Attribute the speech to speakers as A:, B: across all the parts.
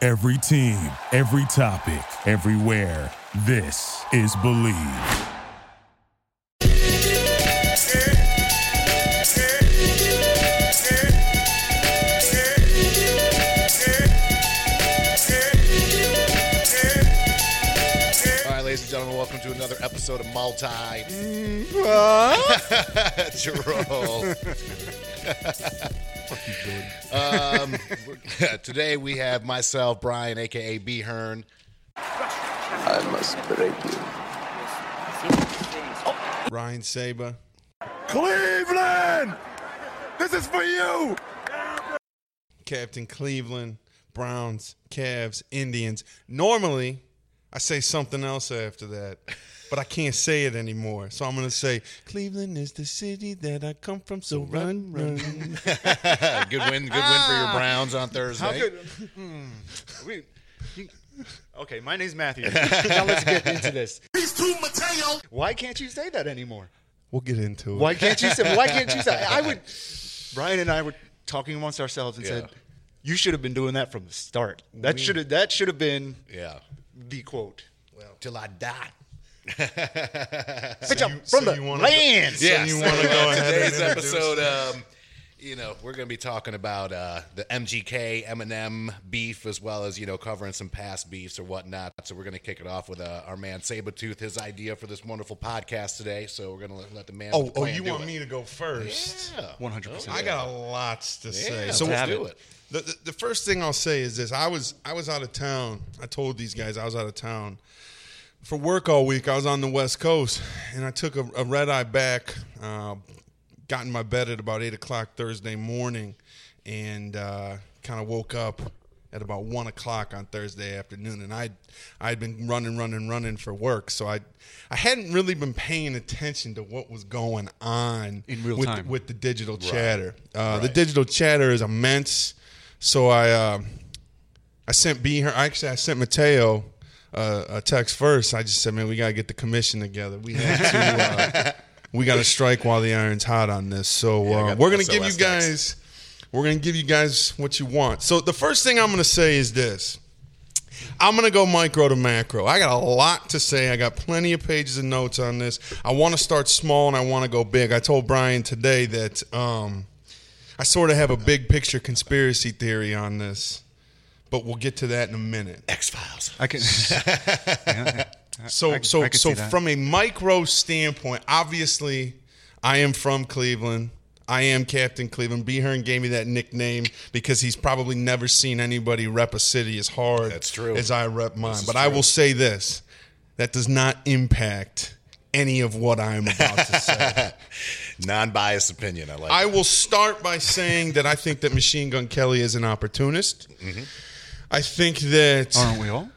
A: Every team, every topic, everywhere. This is Believe.
B: All right, ladies and gentlemen, welcome to another episode of Multi. Jerome. um, we're- today we have myself, Brian, aka B Hearn,
C: I must break you.
D: Ryan Saber.
E: Cleveland! This is for you!
D: Captain Cleveland, Browns, Cavs, Indians. Normally, I say something else after that, but I can't say it anymore. So I'm going to say, Cleveland is the city that I come from, so run, run.
B: Uh, good win, good win for your Browns on Thursday.
E: Hmm. okay, my name's Matthew. now let's get into this.
B: He's too Mateo.
E: Why can't you say that anymore?
D: We'll get into it.
E: Why can't you say? Why can't you say? I would. Brian and I were talking amongst ourselves and said,
B: Yeah.
E: "You should have been doing that from the start. That should have. That should have been
B: Yeah.
E: the quote."
B: Till I die.
E: Bitch, I'm
D: so
E: from
D: you
E: the
D: wanna-
E: lands.
D: Yeah. you wanna go ahead and
B: Today's episode, um, you know, we're going to be talking about uh, the MGK Eminem beef, as well as you know, covering some past beefs or whatnot. So we're going to kick it off with uh, our man Sabretooth, his idea for this wonderful podcast today. So we're going to let, let the man.
D: Oh,
B: with the
D: oh,
B: plan
D: you
B: do
D: want
B: it.
D: me to go first?
B: Yeah.
E: 100%.
D: I got lots to say.
B: Yeah,
D: so
B: let's do it.
D: The, the, the first thing I'll say is this: I was I was out of town. I told these guys I was out of town for work all week. I was on the West Coast, and I took a, a red eye back. Uh, got in my bed at about eight o'clock Thursday morning, and uh, kind of woke up at about one o'clock on Thursday afternoon. And I I'd been running, running, running for work, so I I hadn't really been paying attention to what was going on
E: In real
D: with,
E: time.
D: with the digital chatter. Uh, The digital chatter is immense. So I, uh, I sent B. Her, actually, I sent Mateo uh, a text first. I just said, "Man, we gotta get the commission together. We have to. Uh, we gotta strike while the iron's hot on this. So
B: I
D: uh,
B: got
D: we're gonna
B: the
D: give you
B: SOS text.
D: guys. We're gonna give you guys what you want. So the first thing I'm gonna say is this." I'm gonna go micro to macro. I got a lot to say. I got plenty of pages of notes on this. I want to start small and I want to go big. I told Brian today that um, I sort of have a big picture conspiracy theory on this, but we'll get to that in a minute.
B: X Files.
E: I can.
D: So,
E: I-
D: so,
E: I could
D: so
E: see that.
D: from a micro standpoint, obviously, I am from Cleveland. I am Captain Cleveland. B. Hearn gave me that nickname because he's probably never seen anybody rep a city as hard
B: That's true.
D: as I rep mine. But I will say this that does not impact any of what I'm about to say.
B: Non-biased opinion. I like.
D: I will start by saying that I think that Machine Gun Kelly is an opportunist.
E: Mm-hmm.
D: I think that
E: Aren't we all?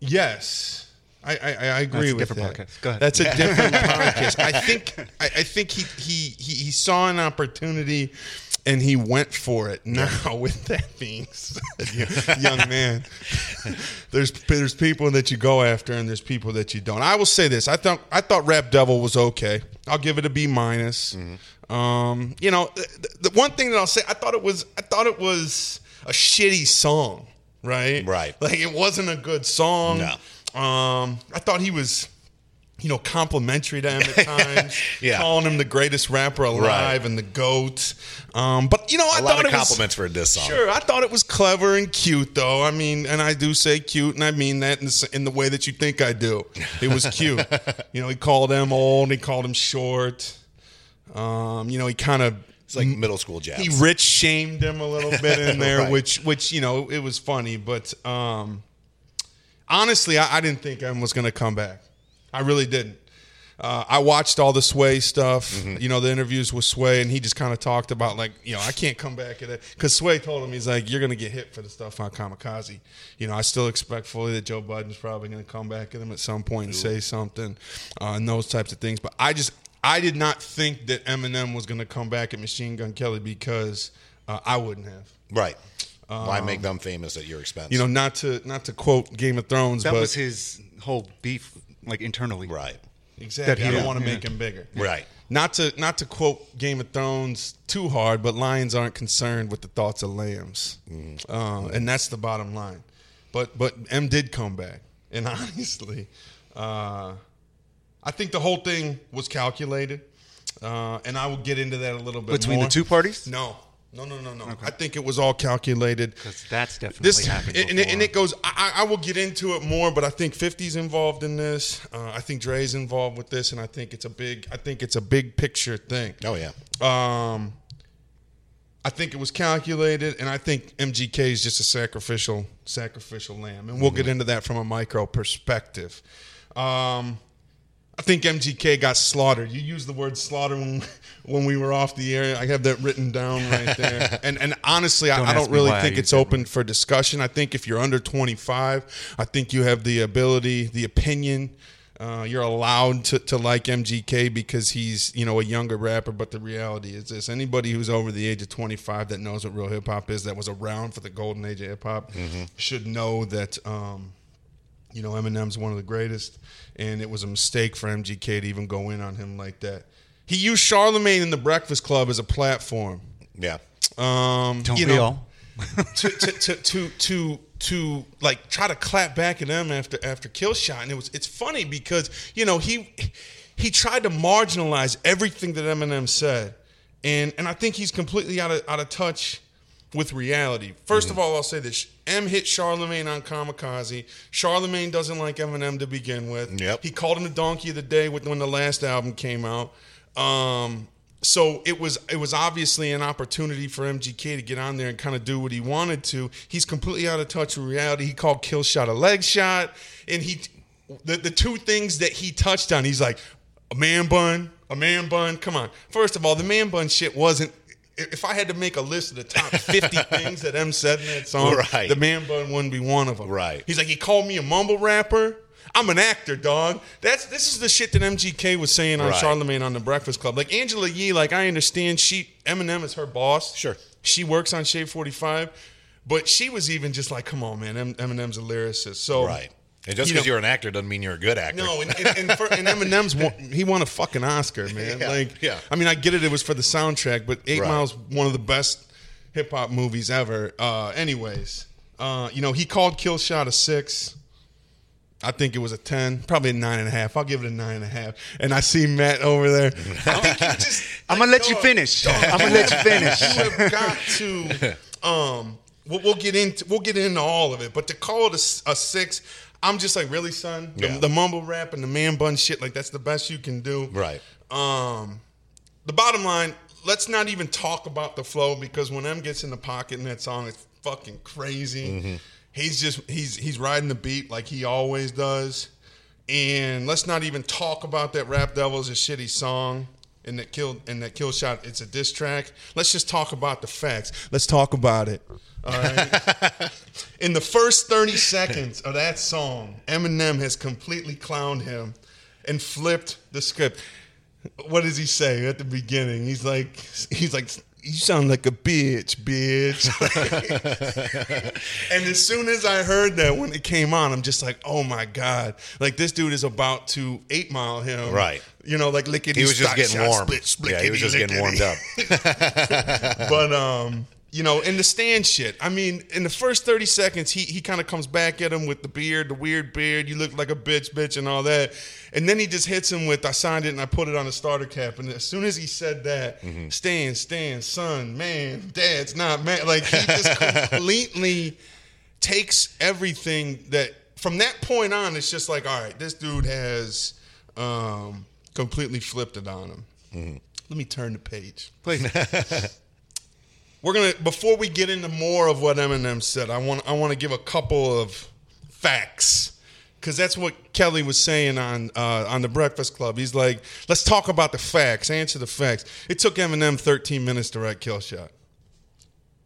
D: yes, I I, I
E: That's
D: agree
E: a
D: with
E: different
D: that.
E: podcast. Go ahead.
D: That's a different podcast. I think I, I think he, he he he saw an opportunity. And he went for it. Now, with that being said, young man, there's there's people that you go after, and there's people that you don't. I will say this: I thought I thought Rap Devil was okay. I'll give it a B minus.
E: Mm-hmm.
D: Um, you know, the, the one thing that I'll say, I thought it was I thought it was a shitty song, right?
B: Right.
D: Like it wasn't a good song.
B: No.
D: Um, I thought he was, you know, complimentary to him at times,
B: Yeah.
D: calling him the greatest rapper alive and the goat. Um, but you know, I
B: a
D: thought
B: lot of
D: it was-
B: compliments for this song.
D: Sure, I thought it was clever and cute, though. I mean, and I do say cute, and I mean that in the, in the way that you think I do. It was cute. you know, he called him old, he called him short. Um, you know, he kind of
B: It's like middle school jazz.
D: Mm. he rich shamed him a little bit in there,
B: Right.
D: which which you know it was funny, but um, honestly, I, I didn't think I was going to come back. I really didn't. Uh, I watched all the Sway stuff, you know, the interviews with Sway, and he just kind of talked about like, you know, I can't come back at it because Sway told him he's like, you're going to get hit for the stuff on Kamikaze. You know, I still expect fully that Joe Biden's probably going to come back at him at some point and say something, uh, and those types of things. But I just, I did not think that Eminem was going to come back at Machine Gun Kelly because uh, I wouldn't have.
B: right. Why make them famous at your expense?
D: Um, You know, not to not to quote Game of Thrones,
E: That
D: but
E: was his whole beef, like internally.
B: Right.
D: exactly.
E: that he
D: I don't
E: did.
D: want to
E: Yeah.
D: make him bigger.
B: Right.
D: Not to not to quote Game of Thrones too hard,
E: Mm.
D: but lions aren't concerned with the thoughts of lambs, Uh, and that's the bottom line. But but M did come back, and honestly, uh, I think the whole thing was calculated, uh, and I will get into that a little bit
E: Between the
D: more.
E: two parties?
D: No, no, no, no, no. I think it was all calculated.
E: That's definitely
D: This and, it- and it goes. I, I I will get into it more, but I think 50's involved in this. Uh, I think Dre's involved with this, and I think it's a big. I think it's a big picture thing.
B: Oh yeah.
D: Um, I think it was calculated, and I think MGK is just a sacrificial sacrificial lamb, and we'll get into that from a micro perspective. Um, I think MGK got slaughtered. You used the word slaughter when when we were off the air. I have that written down right there. and and honestly, I, I
E: ask
D: don't
E: me
D: really
E: why I
D: think
E: used
D: it's open for discussion. I think if you're under 25, I think you have the ability, the opinion. Uh, you're allowed to, to like MGK because he's you know a younger rapper, but the reality is this: anybody who's over the age of 25 that knows what real hip hop is, that was around for the golden age of hip hop,
E: Mm-hmm.
D: should know that um, you know, Eminem's one of the greatest, and it was a mistake for MGK to even go in on him like that. He used Charlemagne and the Breakfast Club as a platform.
B: Yeah.
D: Um,
E: Don't
D: you
E: we
D: know,
E: all?
D: to, to, to, to, to, to like try to clap back at him after after kill shot, and it was it's funny because you know he he tried to marginalize everything that Eminem said, and and I think he's completely out of out of touch with reality. 1st of all, I'll say this: M hit Charlemagne on Kamikaze. Charlemagne doesn't like Eminem to begin with.
B: Yep.
D: He called him the donkey of the day with, when the last album came out. Um, so it was it was obviously an opportunity for MGK to get on there and kind of do what he wanted to. He's completely out of touch with reality. He called kill shot a leg shot, and he the, the two things that he touched on. He's like a man bun, a man bun. Come on, first of all, the man bun shit wasn't. If I had to make a list of the top 50 things that M said in that song,
B: Right.
D: the man bun wouldn't be one of them.
B: Right.
D: He's like, he called me a mumble rapper. I'm an actor, dog. That's this is the shit that MGK was saying on
B: Right.
D: Charlemagne on the Breakfast Club. Like Angela Yee, like I understand she Eminem is her boss.
B: Sure.
D: She works on Shade 45, but she was even just like, come on, man, Em- Eminem's a lyricist. So
B: Right. And just
D: You know-
B: because you are an actor doesn't mean you're a good actor.
D: No, and, and, and, for, and Eminem's won, he won a fucking Oscar, man.
B: Yeah,
D: like,
B: yeah.
D: I mean, I get it. It was for the soundtrack, but Eight
B: Right.
D: Miles one of the best hip hop movies ever. Uh, anyways, uh, you know, he called Kill Shot a six. I think it was a ten, probably a nine and a half. I'll give it a nine and a half. And I see Matt over there. I think you just,
E: I'm gonna let you
D: dog,
E: finish. I'm gonna let you finish.
D: you have got to. Um, we'll, we'll get into we'll get into all of it, but to call it a, s- a six, I'm just like, really, son. The,
B: Yeah.
D: the mumble rap and the man bun shit, like that's the best you can do.
B: Right.
D: Um, the bottom line, let's not even talk about the flow because when M gets in the pocket in that song, it's fucking crazy. He's just he's he's riding the beat like he always does. And let's not even talk about that Rap Devil's a shitty song and that kill and that kill shot, it's a diss track. Let's just talk about the facts. Let's talk about it. All right. in the first 30 seconds of that song, Eminem has completely clowned him and flipped the script. What does he say at the beginning? He's like, he's like, you sound like a bitch, bitch. and as soon as I heard that when it came on, I'm just like, oh my god! Like this dude is about to eight mile him,
B: Right.
D: You know, like lickety.
B: He was just
D: stock
B: getting
D: shot,
B: warm.
D: Split,
B: yeah, he was just getting
D: lickety,
B: warmed up.
D: but um, you know, in the stand shit. I mean, in the first thirty seconds, he he kind of comes back at him with the beard, the weird beard. You look like a bitch, bitch, and all that. And then he just hits him with, "I signed it and I put it on the starter cap." And as soon as he said that, stand, stand, son, man, dad's not man. Like he just completely takes everything that from that point on. It's just like, all right, this dude has um, completely flipped it on him. Let me turn the page. We're gonna before we get into more of what Eminem said, I want I want to give a couple of facts because that's what Kelly was saying on uh, on the Breakfast Club. He's like, let's talk about the facts, answer the facts. It took Eminem 13 minutes to write Kill Shot.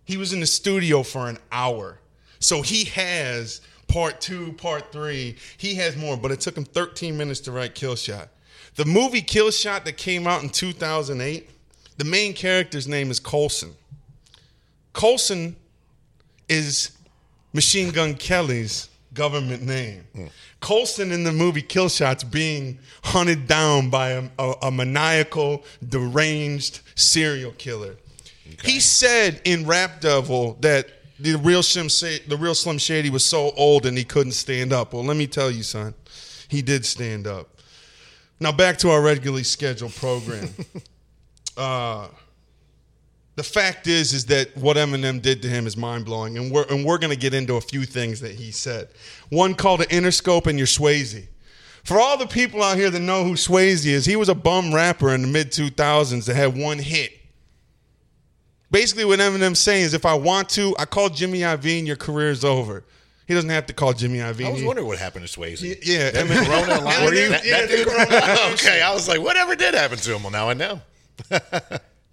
D: He was in the studio for an hour, so he has part two, part three. He has more, but it took him 13 minutes to write Kill Shot. The movie Kill Shot that came out in 2008, the main character's name is Colson. Colson is Machine Gun Kelly's government name. Colson in the movie Kill Shots being hunted down by a, a- a maniacal, deranged serial killer. He said in Rap Devil that the real Slim Shady, the real Slim Shady was so old and he couldn't stand up. Well, let me tell you, son, he did stand up. Now back to our regularly scheduled program. uh, the fact is, is that what Eminem did to him is mind blowing, and we're and we're gonna get into a few things that he said. One called an Interscope and your Swayze. For all the people out here that know who Swayze is, he was a bum rapper in the mid 2000s that had one hit. Basically, what Eminem's saying is, if I want to, I call Jimmy Iovine, your career's over. He doesn't have to call Jimmy Iovine.
B: I was
D: He-
B: wondering what happened to Swayze.
D: Mm-hmm. yeah,
B: that
D: Eminem-
B: Corona line.
D: Were you-
B: that-
D: yeah,
B: that
D: the
B: dude-
D: Corona-
B: okay, I was like, whatever did happen to him? Well, now I know.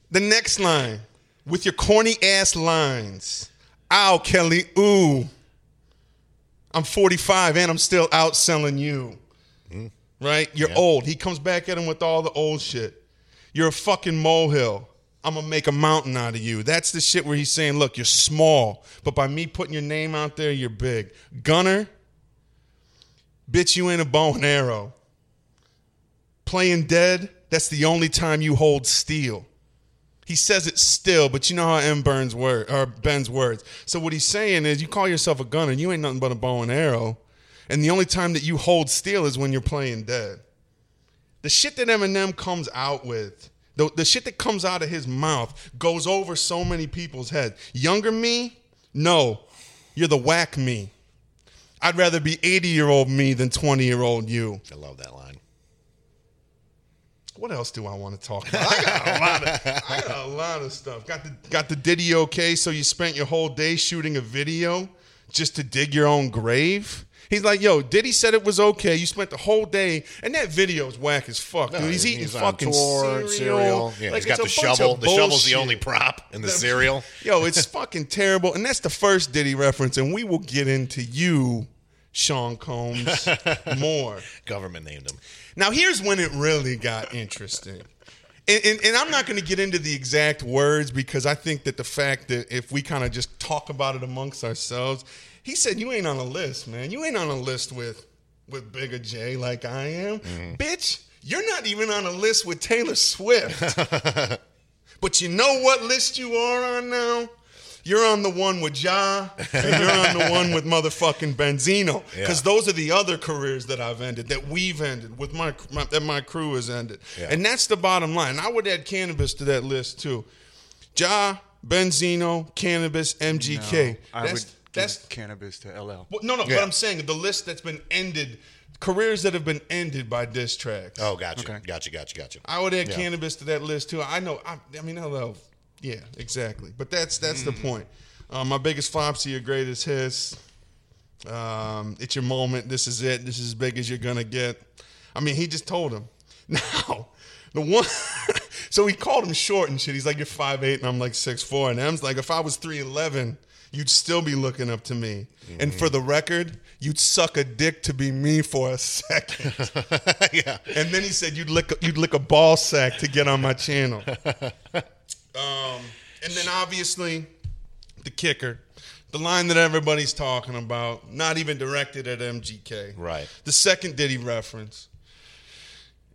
D: The next line, with your corny ass lines. Ow, Kelly, ooh. I'm 45 and I'm still outselling you. Right? You're old. He comes back at him with all the old shit. You're a fucking molehill. I'm gonna make a mountain out of you. That's the shit where he's saying, look, you're small, but by me putting your name out there, you're big. Gunner, bitch, you ain't a bow and arrow. Playing dead, that's the only time you hold steel. He says it still, but you know how M Burns word or Ben's words. So what he's saying is, you call yourself a gunner, you ain't nothing but a bow and arrow, and the only time that you hold steel is when you're playing dead. The shit that Eminem comes out with, the, the shit that comes out of his mouth, goes over so many people's heads. Younger me, no, you're the whack me. I'd rather be 80 year old me than 20 year old you.
B: I love that line.
D: What else do I want to talk about? I got a lot of, I got a lot of stuff. Got the got the Diddy okay? So you spent your whole day shooting a video just to dig your own grave? He's like, yo, Diddy said it was okay. You spent the whole day, and that video is whack as fuck, dude. Uh, He's eating
B: on
D: fucking
B: tour
D: cereal.
B: and Yeah,
D: Like,
B: he's got the
D: it's a bunch
B: shovel.
D: of
B: The shovel's the
D: bullshit.
B: only prop in the cereal.
D: Yo, it's fucking terrible. And that's the first Diddy reference, and we will get into you, Sean Combs, more.
B: Government named him.
D: Now, here's when it really got interesting. And, and, and I'm not going to get into the exact words because I think that the fact that if we kind of just talk about it amongst ourselves, he said, You ain't on a list, man. You ain't on a list with, with Bigger J like I am. Bitch, you're not even on a list with Taylor Swift. but you know what list you are on now? You're on the one with Ja, and you're on the one with motherfucking Benzino, because
B: Yeah.
D: those are the other careers that I've ended, that we've ended, with my, my that my crew has ended,
B: Yeah.
D: and that's the bottom line. I would add cannabis to that list too. Ja, Benzino, cannabis, MGK.
E: I
D: that's
E: would
D: that's
E: give cannabis to LL.
D: well, no no.
B: Yeah.
D: But I'm saying the list that's been ended, careers that have been ended by diss tracks.
B: Oh, gotcha,
E: Okay.
B: gotcha, gotcha, gotcha.
D: I would add
B: Yeah.
D: cannabis to that list too. I know. I, I mean, hello. Yeah, exactly. But that's that's the point. Uh, my biggest flops are your greatest hits. Um, it's your moment. This is it. This is as big as you're gonna get. I mean, he just told him. Now, the one. so he called him short and shit. He's like, "You're five eight, and I'm like six four. And M's like, "If I was three eleven, you'd still be looking up to me. And for the record, you'd suck a dick to be me for a second.
B: yeah,
D: And then he said, "You'd lick, you'd lick a ball sack to get on my channel." um, and then obviously, the kicker, the line that everybody's talking about, not even directed at MGK.
B: Right.
D: The second Diddy reference.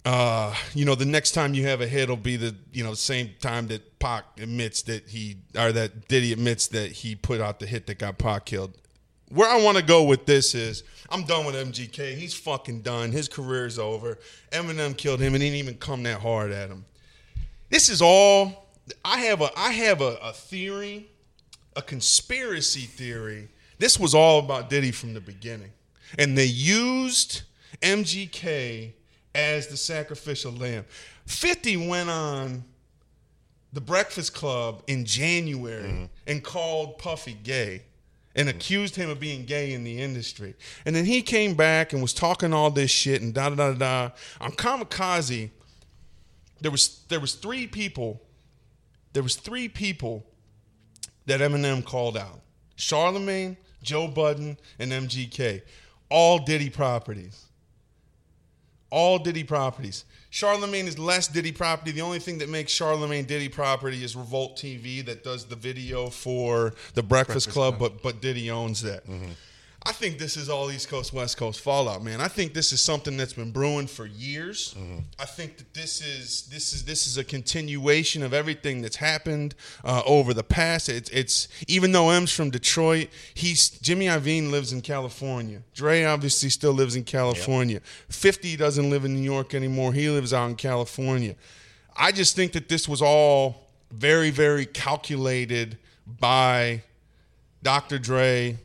D: Uh, you know, the next time you have a hit will be the you know same time that Pac admits that he or that Diddy admits that he put out the hit that got Pac killed. Where I want to go with this is, I'm done with MGK. He's fucking done. His career's over. Eminem killed him and he didn't even come that hard at him. This is all. I have a I have a, a theory a conspiracy theory. This was all about Diddy from the beginning. And they used MGK as the sacrificial lamb. 50 went on the Breakfast Club in January and called Puffy gay and accused him of being gay in the industry. And then he came back and was talking all this shit and da da da da. On Kamikaze, there was there was three people. There was three people that Eminem called out: Charlemagne, Joe Budden, and MGK. All Diddy properties. All Diddy properties. Charlemagne is less Diddy property. The only thing that makes Charlemagne Diddy property is Revolt TV that does the video for the Breakfast, Club, but but Diddy owns that. I think this is all East Coast West Coast fallout, man. I think this is something that's been brewing for years. I think that this is this is this is a continuation of everything that's happened uh, over the past. It's it's even though M's from Detroit, he's Jimmy Iovine lives in California. Dre obviously still lives in California. Fifty doesn't live in New York anymore. He lives out in California. I just think that this was all very very calculated by Dr. Dre,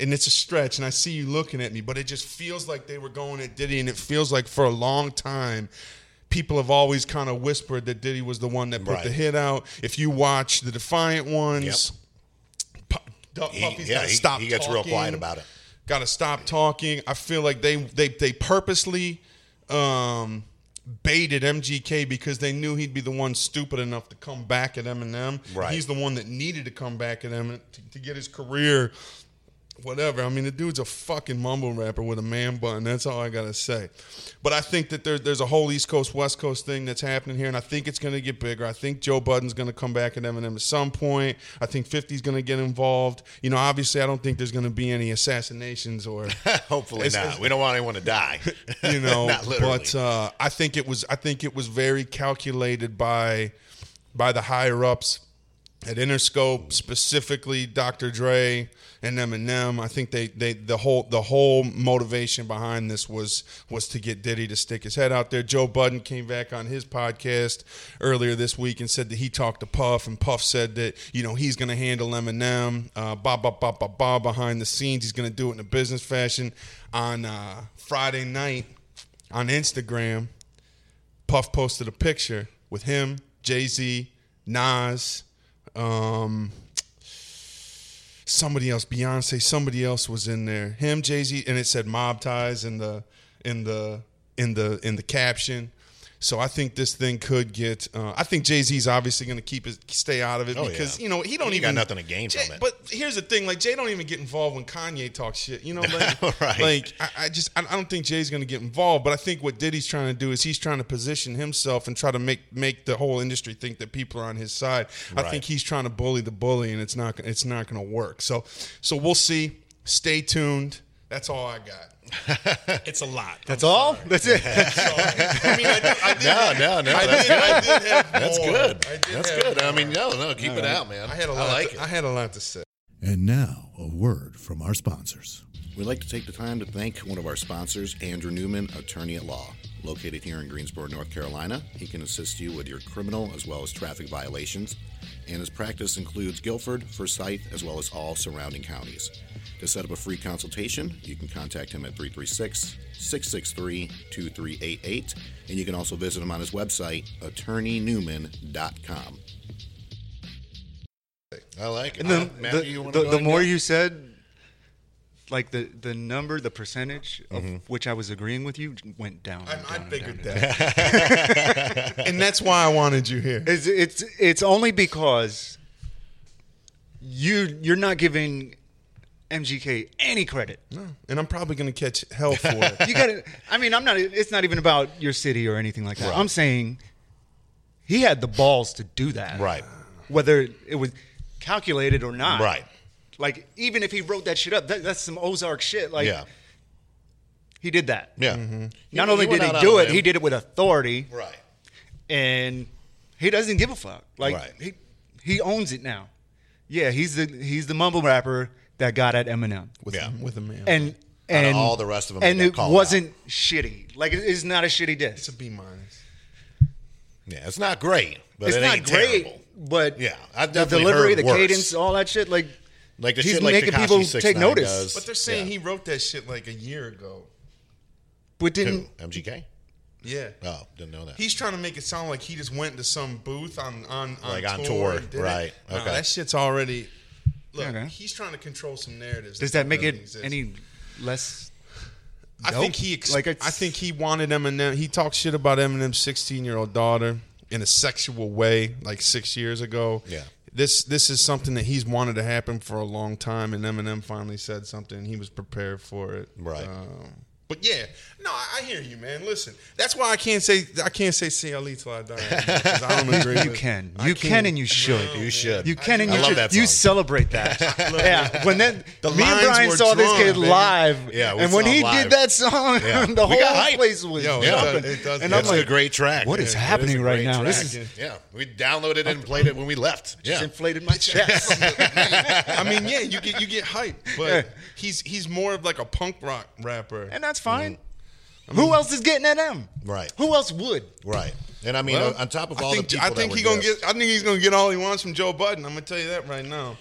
D: and it's a stretch, and I see you looking at me, but it just feels like they were going at Diddy, and it feels like for a long time, people have always kind of whispered that Diddy was the one that put
B: Right.
D: the hit out. If you watch the Defiant ones, pu- du-
B: He-
D: puppies
B: yeah,
D: gotta
B: he-
D: stop.
B: he gets real quiet about it.
D: Got to stop talking. I feel like they they they purposely. Um, baited MGK because they knew he'd be the one stupid enough to come back at Eminem.
B: Right.
D: He's the one that needed to come back at Eminem to, to get his career whatever. I mean, the dude's a fucking mumble rapper with a man bun. That's all I gotta say. But I think that there, there's a whole East Coast West Coast thing that's happening here, and I think it's gonna get bigger. I think Joe Budden's gonna come back at Eminem at some point. I think 50's gonna get involved. You know, obviously, I don't think there's gonna be any assassinations or
B: Hopefully
D: It's-
B: not.
D: it's-
B: we don't want anyone to die.
D: you know
B: not literally.
D: but uh, i think it was i think it was very calculated by by the higher ups at interscope specifically dr dre and eminem i think they they the whole the whole motivation behind this was was to get diddy to stick his head out there joe budden came back on his podcast earlier this week and said that he talked to puff and puff said that you know he's going to handle eminem uh ba ba ba ba ba behind the scenes he's going to do it in a business fashion on uh friday night on Instagram, Puff posted a picture with him, Jay Z, Nas, um, somebody else, Beyonce, somebody else was in there. Him, Jay Z, and it said "Mob Ties" in the in the in the in the caption. So I think this thing could get. Uh, I think Jay Z's obviously going to keep his stay out of it
B: Oh,
D: because
B: yeah.
D: you know he don't
B: He ain't
D: even
B: got nothing to gain
D: Jay-
B: from it.
D: But here's the thing: like Jay don't even get involved when Kanye talks shit. You know, like,
B: Right.
D: like I, I just I, I don't think Jay's going to get involved. But I think what Diddy's trying to do is he's trying to position himself and try to make make the whole industry think that people are on his side. I
B: Right.
D: think he's trying to bully the bully, and it's not gonna- it's not going to work. So so we'll see. Stay tuned. That's all I got. it's a lot.
E: That's all. That's it.
D: I mean, I do, I did,
B: no, no, no.
D: I
B: that's
D: did, I did have
B: That's
D: more.
B: good.
D: I did
B: That's
D: have
B: good. I mean, no, no, keep it out, man.
D: I had a lot.
B: like
D: to,
B: it.
D: I had a lot to say.
F: And now, a word from our sponsors.
G: We'd like to take the time to thank one of our sponsors, Andrew Newman, attorney at law. Located here in Greensboro, North Carolina, he can assist you with your criminal as well as traffic violations, and his practice includes Guilford, Forsyth, as well as all surrounding counties. To set up a free consultation, you can contact him at 336 663 2388, and you can also visit him on his website, attorneynewman.com.
B: I like it.
E: And then
B: Uh,
E: the,
B: Matthew, you wanna
E: the,
B: go
E: the
B: ahead
E: more
B: and-
E: you said, like the, the number, the percentage of which I was agreeing with you went down. and
D: I, I
E: down and
D: figured
E: down.
D: that. and that's why I wanted you here.
E: It's, it's it's only because you you're not giving MGK any credit.
D: And I'm probably going to catch hell for it.
E: You got to I mean, I'm not. It's not even about your city or anything like that. I'm saying he had the balls to do that,
B: Right.
E: Whether it was calculated or not,
B: Right.
E: Like even if he wrote that shit up, that, that's some Ozark shit. Like
B: yeah.
E: he did that.
B: Yeah.
E: Not
B: He-
E: only
B: he
E: did
B: went
E: he
B: out
E: do
B: on a
E: it,
B: limb.
E: he did it with authority,
B: Right.
E: and he doesn't give a fuck. Like
B: Right.
E: he he owns it now. Yeah, he's the he's the mumble rapper that got at Eminem,
D: With,
B: Yeah.
D: with a man.
E: and
B: of
E: and
B: all the rest of 'em that
E: and
B: got
E: it
B: called
E: wasn't shitty. Like it is not a shitty
D: it's
E: diss.
D: a B minus.
B: Yeah, it's not great, but
E: it's
B: it
E: not
B: ain't
E: great,
B: terrible.
E: but
B: Yeah, I've
E: the
B: definitely
E: delivery,
B: heard
E: the
B: worse.
E: cadence, all that shit. Like
B: Like the
E: he's
B: shit like
E: making
B: Tekashi
E: people
B: 6ix9ine
E: take notice,
B: does.
D: But they're saying
B: Yeah.
D: he wrote that shit like a year ago.
E: but
B: Who?
E: didn't.
B: MGK?
D: Yeah.
B: Oh, didn't know that.
D: He's trying to make it sound like he just went to some booth on on, on
B: Like on
D: tour,
B: tour,
D: and did it.
B: right,
D: No,
B: okay.
D: that shit's already. Look,
E: Okay.
D: he's trying to control some narratives.
E: Does that make
D: really
E: it
D: exist.
E: any less?
D: I think he. Ex-
E: Like
D: I
E: it's-
D: think he wanted Eminem. He talked shit about Eminem's 16 year old daughter in a sexual way, like six years ago.
B: Yeah.
D: This this is something that he's wanted to happen for a long time, and Eminem finally said something. and He was prepared for it.
B: Right.
D: Um, But yeah, no, I, I hear you, man. Listen, that's why I can't say I can't say CLE till I die. 'cause I don't agree.
E: You
D: with-
E: can.
D: I
E: You can and you should.
B: You should.
E: You can and
B: I
E: you
B: love
E: should.
B: that
E: You
B: song.
E: celebrate that. yeah. When that
D: The
E: me and
D: lines
E: Brian
D: were
E: saw this
D: drawn,
E: kid
D: baby.
E: live.
B: Yeah, we
E: And when
B: saw
E: he
B: it live.
E: did that song,
B: Yeah.
E: the
B: We got
E: whole
B: hype.
E: place was
D: Yo, Oh, it
E: jumping.
D: does- it does
E: and
D: get
E: I'm
B: It's
D: us.
E: like,
B: a great track.
E: what is
B: Yeah, it
E: happening
B: a
E: right
B: great
E: now? This
B: track. yeah, we downloaded it and played it when we left.
E: just
B: Yeah,
E: inflated my chest.
D: I mean, yeah, you get you get hyped, but he's he's more of like a punk rock rapper.
E: and that's fine. Who else is getting at him?
B: Mm. Right.
E: Who else would?
B: right. And I mean,
D: Well,
B: on top of
D: I
B: all
D: think,
B: the people
D: I think
B: that
D: he
B: were
D: gonna
B: guests-
D: get. I think he's gonna get all he wants from Joe Budden. I'm gonna tell you that right now.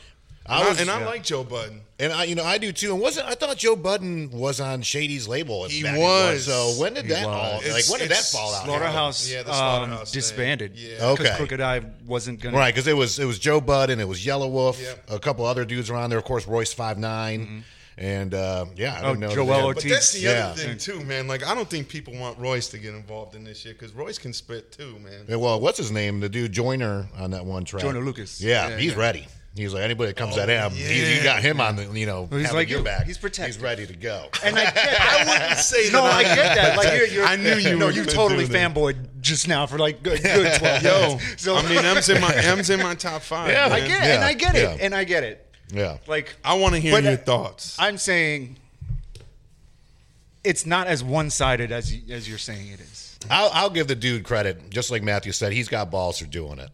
B: I
D: And I,
B: was-
D: and I
B: yeah.
D: like Joe Budden.
B: and I, you know, I do too. And wasn't I thought Joe Budden was on Shady's label?
D: He
B: back in
D: was.
B: So when did
E: He
B: that
E: was.
B: all? Like
D: It's-
B: when did that
D: it's
B: fall out?
E: Slaughterhouse,
D: Yeah, the
E: um,
D: Slaughterhouse thing.
E: disbanded.
D: Yeah.
B: Okay.
E: Because Crooked Eye wasn't gonna.
B: Right, because it was it was Joe Bud and it was Yellow Wolf.
D: Yep.
B: A couple other dudes were on there, of course, Royce Five
D: Mm-hmm.
B: and uh, yeah, I
E: Oh,
B: don't know. that
E: Joel
B: they-
E: Ortiz.
D: But that's the
B: Yeah.
D: other thing too, man. Like I don't think people want Royce to get involved in this shit because Royce can spit too, man.
B: Yeah, Well, what's his name? The dude Joiner on that one track.
E: Joyner Lucas.
B: Yeah,
E: Yeah,
B: he's
E: yeah.
B: ready. He's like anybody that comes at him,
D: yeah.
B: he, you got him on the you know.
E: He's
B: having
E: like
B: your
E: you.
B: back.
E: He's
B: He's
E: protected.
B: ready to go.
E: And I get that. I wouldn't
D: say
E: no,
D: that.
E: I get that. Like you're, you're,
D: I knew you
E: No,
D: were
E: you
D: gonna
E: totally
D: do that.
E: fanboyed just now for like good, good twelve.
D: Yo,
E: minutes. so
D: I mean, M's in my M's in my top five.
B: Yeah.
E: I
D: man.
E: get and I get it,
B: Yeah.
E: and I get it.
B: yeah,
E: Like
D: I want to hear
E: But,
D: your
E: uh,
D: thoughts.
E: I'm saying, it's not as one sided as you, as you're saying it is.
B: I'll, I'll give the dude credit. Just like Matthew said, he's got balls for doing it.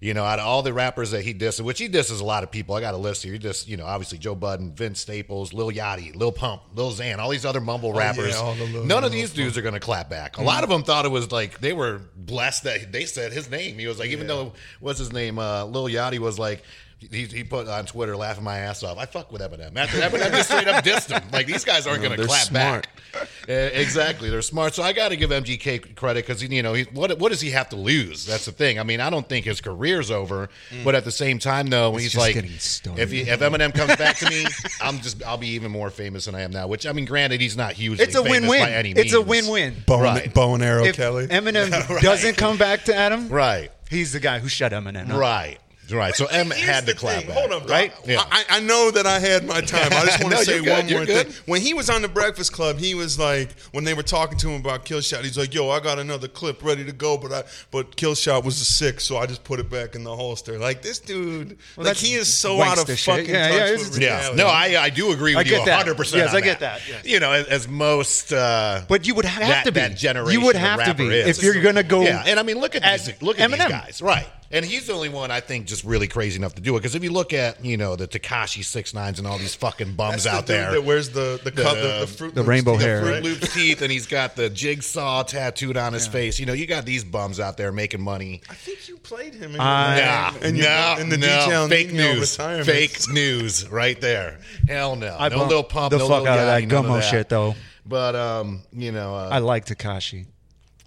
B: You know, out of all the rappers that he disses, which he disses a lot of people. I got a list here. He just, you know, obviously Joe Budden, Vince Staples, Lil Yachty, Lil Pump, Lil Xan, all these other mumble
E: Oh,
B: rappers.
D: all the Lil-
B: None of these dudes are going to clap back. A
E: Mm-hmm.
B: lot of them thought it was like they were blessed that they said his name. He was like, even though what's his name, uh, Lil Yachty was like. He, he put on Twitter laughing my ass off. I fuck with Eminem. After Eminem just straight up dissed him. Like these guys aren't going to
D: they're
B: clap
D: smart.
B: back. Uh, exactly, they're smart. So I got to give MGK credit because you know he, what what does he have to lose? That's the thing. I mean, I don't think his career's over, but at the same time, though, he's
E: Mm. just
B: like,
E: getting started.
B: if he, if Eminem comes back to me, I'm just I'll be even more famous than I am now. Which I mean, granted, he's not huge.
E: It's a
B: win
E: win-win. It's a win-win.
D: Bow,
B: Right.
D: bow and arrow,
E: if
D: Kelly.
E: Eminem
B: Right.
E: doesn't come back to Adam,
B: Right,
E: he's the guy who shut Eminem. up.
B: right, right. So M
D: Here's
B: had
D: the
B: to clap
D: thing.
B: back.
D: Hold up,
B: right?
D: right? I, I know that I had my time. I just want
B: No,
D: to say
B: you're good,
D: one
B: you're
D: more
B: good.
D: thing. When he was on the Breakfast Club, he was like, when they were talking to him about Killshot, he's like, "Yo, I got another clip ready to go, but I but Killshot was a six, so I just put it back in the holster." Like this dude, like
E: that's-
D: he is so
E: wanks
D: out of
E: the shit.
D: fucking
E: Yeah,
D: touch
E: yeah,
D: with
E: it's-
B: yeah.
D: reality.
B: No, I I do agree with
E: I
B: you
E: get that.
B: 100. percent
E: Yes, I get that, yes.
B: You know, as, as most. Uh,
E: But you would have
B: that,
E: to be
B: that generation.
E: You would
B: of
E: have to
B: rapper
E: be
B: is.
E: if you're gonna go.
B: Yeah, and I mean, look at,
E: at
B: these, look at these
E: Eminem.
B: guys, right? And he's the only one I think just really crazy enough to do it. Because if you look at you know the Takashi Six Nines and all these fucking bums
D: That's the
B: out
D: dude
B: there,
D: that wears the the, cut, the,
B: the
D: the fruit
E: the
D: Loops-
E: rainbow
D: the
E: hair.
D: Fruit
B: Fruit
D: Loops.
B: Loops teeth, and he's got the jigsaw tattooed on his face. You know, you got these bums out there making money.
D: I think you played him. In
E: I-
D: your-
B: Nah,
D: in your-
B: no,
D: in the
B: no,
D: detail
B: fake
D: Nino
B: news,
D: retirement.
B: fake news, right there. Hell no,
E: I
B: no
E: bump
B: little pump,
E: the
B: no
E: fuck
B: Lil
E: out of that
B: Yachty, none
E: gummo
B: that.
E: shit, though.
B: But um, you know, uh,
E: I like Takashi.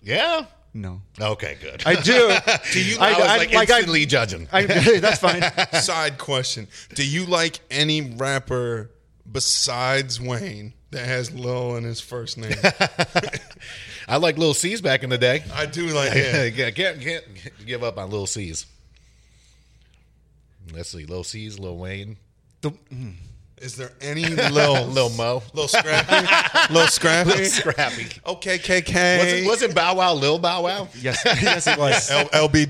B: yeah,
E: No,
B: okay, good.
E: I do. do you?
B: I, was like, instantly judging.
E: I, that's fine.
D: Side question: Do you like any rapper besides Wayne that has Lil in his first name?
B: I like Lil C's back in the day.
D: I do like
B: Yeah,
D: him.
B: can't, can't give up on Lil C's. Let's see, Lil C's, Lil Wayne,
E: The- mm,
D: Is there any Lil
B: Lil Mo,
D: Lil Scrappy? Lil Scrappy?
B: Scrappy.
D: Okay, KK.
B: Was it, was it Bow Wow, Lil Bow Wow?
E: yes, yes, it was.
D: L- LB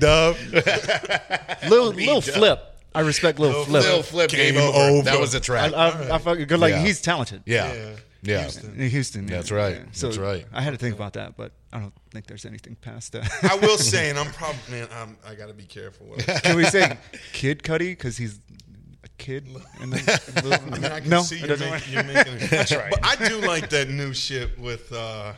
D: Dub?
E: Lil, Lil Flip. I respect Lil, Flip.
B: Lil Flip
D: Game
B: game, over.
D: over.
B: That was a
E: I,
B: trap.
E: I, I fucking good. Like
B: Yeah.
E: he's talented.
B: yeah, yeah.
E: in Houston. yeah.
B: That's right.
E: Yeah.
B: That's right.
E: I had to think about that, but I don't think there's anything past that.
D: I will say, and I'm probably man, I'm, I gotta be careful. With it.
E: Can we say Kid Cudi because he's a kid? And then,
D: I mean, I can
E: No,
D: see
E: it
D: you're,
E: doesn't work.
D: making, you're making it. That's right. But I do like that new shit with uh,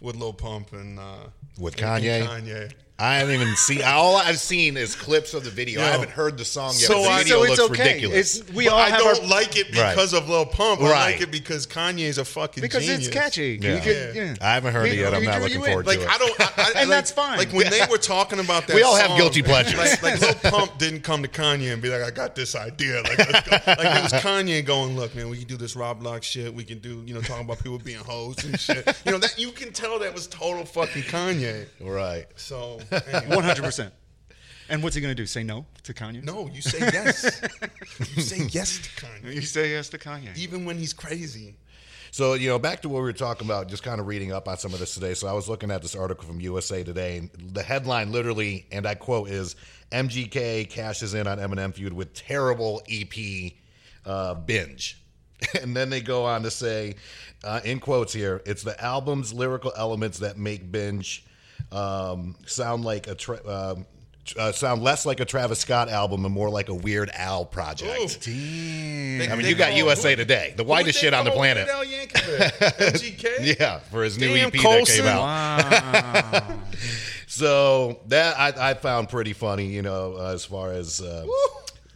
D: with Lil Pump and uh,
B: With
D: and
B: Kanye?
D: Kanye.
B: I haven't even seen. All I've seen is clips of the video. I
D: Yo.
B: haven't heard the song yet.
D: So
B: the
D: I-
B: video
E: so it's
B: looks
E: okay.
B: ridiculous.
E: It's- we
D: But
E: all
D: I
E: have
D: don't
E: our-
D: like it
B: Right.
D: because of Lil Pump. I
B: Right.
D: like it because Kanye's a fucking
E: because
D: genius.
E: it's catchy.
B: Yeah.
E: You could, yeah.
B: I haven't heard it
E: You-
B: yet. I'm
E: you
B: not
E: drew
B: looking
E: you in.
B: forward
D: Like
B: to it.
D: I don't, I, I,
E: And
D: like-
E: that's fine.
D: Like when they were talking about that,
B: We all have
D: song,
B: guilty pleasures.
D: Like, like Lil Pump didn't come to Kanye and be like, "I got this idea." Like, let's go. like it was Kanye going, "Look, man, we can do this Roblox shit. We can do, you know, talking about people being hoes and shit. You know that you can tell that was total fucking Kanye."
B: right.
D: So anyway.
E: One hundred percent. And what's he gonna do? Say no to Kanye?
D: no, you say yes. You say yes to Kanye,
E: You say yes to Kanye.
D: even when he's crazy.
B: So, you know, back to what we were talking about, just kind of reading up on some of this today. So, I was looking at this article from USA Today, and the headline literally, and I quote, is MGK cashes in on Eminem feud with terrible EP uh, binge. And then they go on to say, uh, in quotes here, it's the album's lyrical elements that make binge um, sound like a. Tra- um, tr- uh, sound less like a Travis Scott album and more like a Weird Al project. I mean, you got USA Today, the whitest shit on the planet.
D: MGK.
B: Yeah, for his new
D: Damn
B: EP that
D: Colson.
B: came out. so that I, I found pretty funny, you know, uh, as far as uh,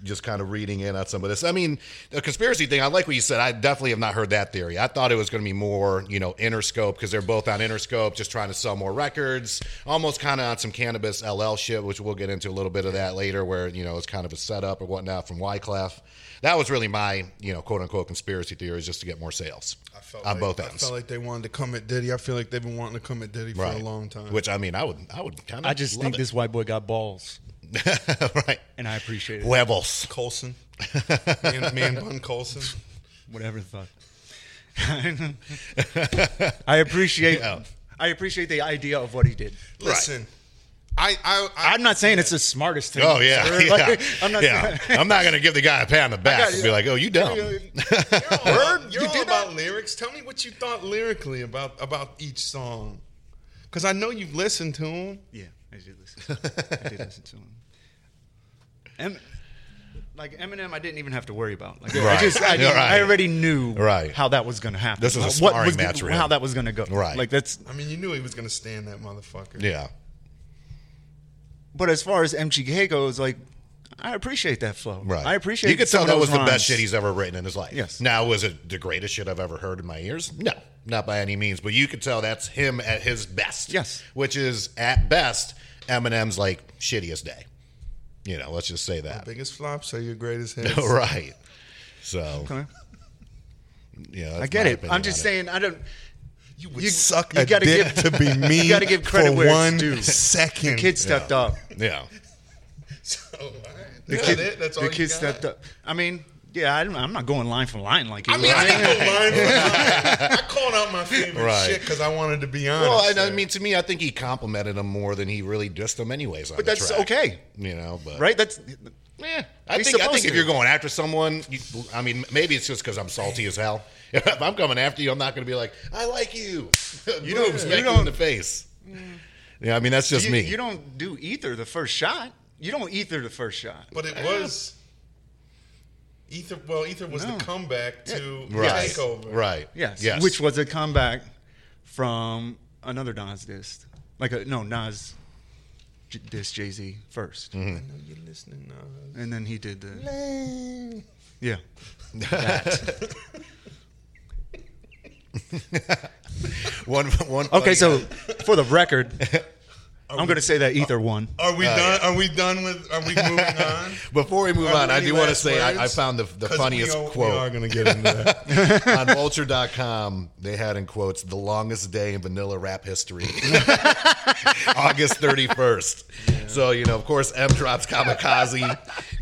B: just kind of reading in on some of this. I mean, the conspiracy thing. I like what you said. I definitely have not heard that theory. I thought it was going to be more, you know, Interscope because they're both on Interscope, just trying to sell more records, almost kind of on some cannabis LL shit, which we'll get into a little bit of that later, where you know it's kind of a setup or whatnot from Wyclef. That was really my, you know, quote unquote conspiracy theory, is just to get more sales on
D: like,
B: both
D: I
B: ends.
D: felt like they wanted to come at Diddy. I feel like they've been wanting to come at Diddy for a long time.
B: Which I mean, I would, I would kind of.
E: I just think this white boy got balls,
B: this right.
E: and I appreciate it.
B: Huevos.
D: Colson, man, man bun Colson.
E: Whatever the fuck. I appreciate. I appreciate the idea of what he did.
D: Listen, I, I, I,
E: I'm not saying it's the smartest thing.
B: Oh yeah,
E: sir.
B: yeah.
E: Like, I'm not.
B: Yeah. I'm not gonna give the guy a pat on the back and be like, "Oh, you dumb."
D: You're all, you're
E: You
D: all
E: did
D: about
E: that?
D: lyrics. Tell me what you thought lyrically about about each song, because I know you've listened to them.
E: Yeah, I did listen. I did listen to him. Em, like Eminem, I didn't even have to worry about. Like,
B: Right.
E: I just, I,
B: You're right.
E: I already knew
B: Right.
E: how that was going to happen.
B: This was a
E: Like,
B: sparring match for him.
E: How that was going to go.
B: Right.
E: Like that's.
D: I mean, you knew he was gonna stand that motherfucker.
B: yeah,
E: But as far as MGK goes, like, I appreciate that flow.
B: right.
E: I appreciate.
B: You could
E: some
B: tell
E: of
B: that
E: those
B: was the
E: rhymes.
B: best shit he's ever written in his life.
E: Yes.
B: Now, was it the greatest shit I've ever heard in my ears? No, not by any means. But you could tell that's him at his best.
E: Yes.
B: Which is at best Eminem's like shittiest day. You know, let's just say that.
D: Biggest flops are your greatest hits.
B: right. So.
E: Okay.
B: Yeah,
E: I get it. I'm just saying. I don't.
D: You would
E: You-
D: suck
E: you
D: a
E: gotta
D: dick
E: give-
D: to be me.
E: gotta give credit
D: for
E: where it's
D: one
E: due.
D: second.
E: Kid stepped up.
B: Yeah.
D: So, all right.
E: The
D: Yeah,
E: kid,
D: that- Oh, that's all
E: the
D: you
E: kid
D: got.
E: stepped up. I mean, yeah, I don't, I'm not going line for line like you.
D: I mean, I didn't go line for line. I called out my favorite
B: Right.
D: shit because I wanted to be honest.
B: Well, and I
D: there.
B: mean, to me, I think he complimented him more than he really dissed him, anyways. On
E: But
B: the
E: that's
B: track.
E: okay.
B: you know. But
E: right? That's
B: yeah, I
E: He's
B: think I
E: supposed
B: think if
E: to.
B: you're going after someone, you, I mean, maybe it's just because I'm salty as hell. if I'm coming after you, I'm not going to be like, I like you. you
E: don't-
B: don't
E: you
B: smack you in
E: don't-
B: the face. Yeah, I mean, that's just
E: you,
B: me.
E: you don't do ether the first shot. You don't ether the first shot.
D: But it was Ether. Well, Ether was the comeback to
B: right,
D: Takeover.
B: right?
E: Yes.
B: yes.
E: Which was a comeback from another Nas disc. Like a no Nas j- disc Jay Z 1st
D: I know you're listening. Nas.
E: and then he did the yeah.
B: one one.
E: Okay,
B: funny-
E: so for the record, I'm going to say that ether won.
D: Are we done? Are we done with? Are we moving on?
B: Before we move
D: Are
B: on,
D: there
B: I
D: any
B: do want to
D: last
B: say I, I
D: words?
B: found the, the
D: 'Cause we
B: funniest
D: are-
B: quote.
D: We are going to get into that.
B: on vulture.com they had in quotes the longest day in vanilla rap history august 31st so you know of course m drops kamikaze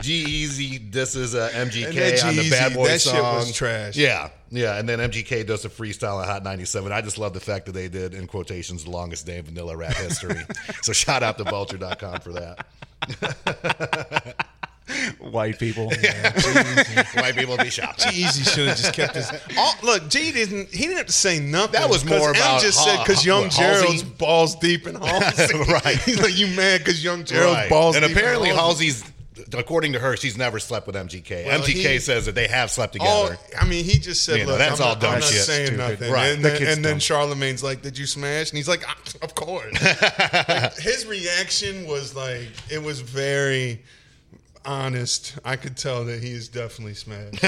B: g E easy disses uh, mgk
D: And that
B: on the bad
D: G-Eazy,
B: boy
D: that
B: song
D: shit was trash.
B: yeah yeah and then mgk does a freestyle on hot 97 i just love the fact that they did in quotations the longest day in vanilla rap history so shout out to vulture.com for that
E: White people.
B: white people be shocked
D: Easy should have just kept his. All, look, G didn't. He didn't have to say nothing.
B: That was
D: 'cause
B: more about
D: M just
B: Ha-
D: said because Young
B: Halsey.
D: Gerald's balls deep in Halsey.
B: Right.
D: He's like, you mad because Young Gerald's balls
B: and
D: deep
B: apparently
D: in Halsey.
B: Halsey's, according to her, she's never slept with MGK.
D: Well,
B: MGK
D: he- Oh,
B: says that they have slept
D: All,
B: together.
D: I mean, he just said,
B: You know,
D: "Look,
B: that's
D: I'm,
B: all
D: not,
B: dumb
D: I'm not
B: shit,
D: saying
E: stupid.
D: nothing."
B: Right.
D: And,
E: The
D: then,
E: kid's
D: and then
E: dumb.
D: Charlemagne's like, "Did you smash?" And he's like, "Ah, "Of course." Like, his reaction was like, it was very honest. I could tell that he is definitely smashed.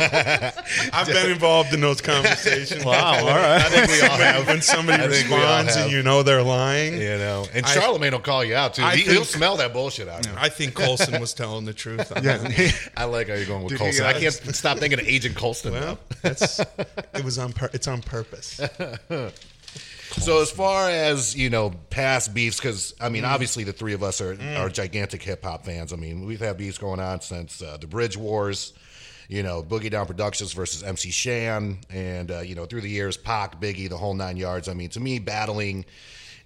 D: I've been involved in those conversations.
E: wow, all right.
B: I think we all
D: When,
B: have.
D: when somebody
B: I think we all
D: responds
B: have.
D: and you know they're lying,
B: you know, and
D: I-
B: Charlemagne will call you out too.
D: I
B: He, will
D: think-
B: smell that bullshit out. of you.
D: I think Colson was telling the truth. on that.
E: Yeah.
B: I like how you're going with
D: Dude, he,
B: Colston. I
D: uh,
B: can't stop thinking of Agent Colston.
D: Well,
B: now.
D: that's it was on. Pur- it's on purpose.
B: So as far as you know, past beefs, because I mean, obviously the three of
D: Mm.
B: us are are gigantic hip hop fans. I mean, we've had beefs going on since uh, the Bridge Wars. you know, Boogie Down Productions versus MC Shan, and uh, you know, through the years, Pac, Biggie, the whole nine yards. I mean, to me, battling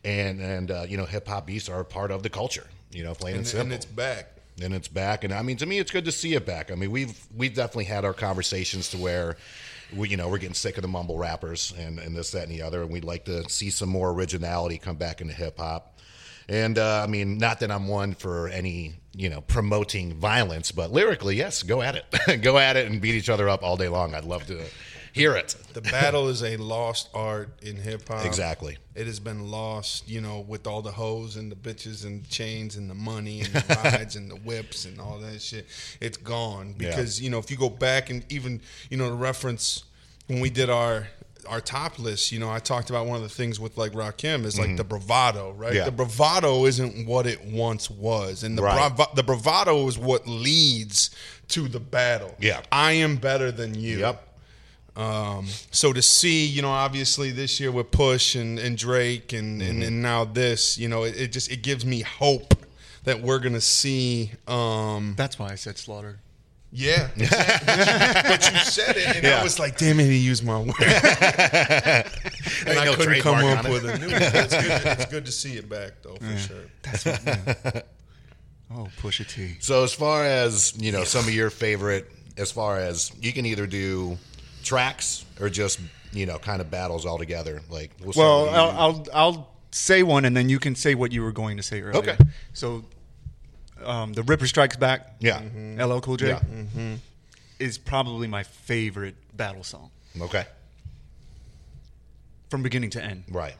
B: and and uh, you know, hip hop beats are part of the culture. You know, plain and,
D: and,
B: simple
D: and it's back.
B: and it's back. And I mean, to me, it's good to see it back. I mean, we've we've definitely had our conversations to where we, you know, we're getting sick of the mumble rappers and and this, that, and the other, and we'd like to see some more originality come back into hip hop. And uh, I mean, not that I'm one for any, you know, promoting violence, but lyrically, yes, go at it, go at it, and beat each other up all day long. I'd love to hear it.
D: The battle is a lost art in hip hop.
B: Exactly.
D: It has been lost, you know, with all the hoes and the bitches and the chains and the money and the rides and the whips and all that shit. It's gone because you know if you go back and even you know to reference when we did our our top list, you know, I talked about one of the things with like Rakim is like the bravado, right?
B: Mm-hmm. Yeah.
D: The bravado isn't what it once was, and the
B: Right.
D: brava- the bravado is what leads to the battle.
B: Yeah.
D: I am better than you.
B: Yep.
D: Um, so to see, you know, obviously this year with Push and, and Drake and,
B: Mm-hmm.
D: and, and now this, you know, it, it just it gives me hope that we're gonna see. Um,
E: That's why I said slaughtered.
D: yeah, exactly. but, you, but you said it, and
B: Yeah.
D: I was like, damn it, he used my word, and I
B: no
D: couldn't come
B: trademark
D: up
B: on it.
D: with a new. one. It's good, it's good to see it back though, for sure.
E: Oh, push a T.
B: So as far as you know, some of your favorite, as far as you can either do tracks or just you know kind of battles all together. Like we'll start
E: Well,
B: with
E: I'll,
B: you.
E: I'll I'll say one, and then you can say what you were going to say earlier.
B: Okay.
E: So, um, the Ripper Strikes Back.
B: Yeah.
E: LL Cool J
B: Yeah.
E: is probably my favorite battle song
B: okay,
E: from beginning to end.
B: right.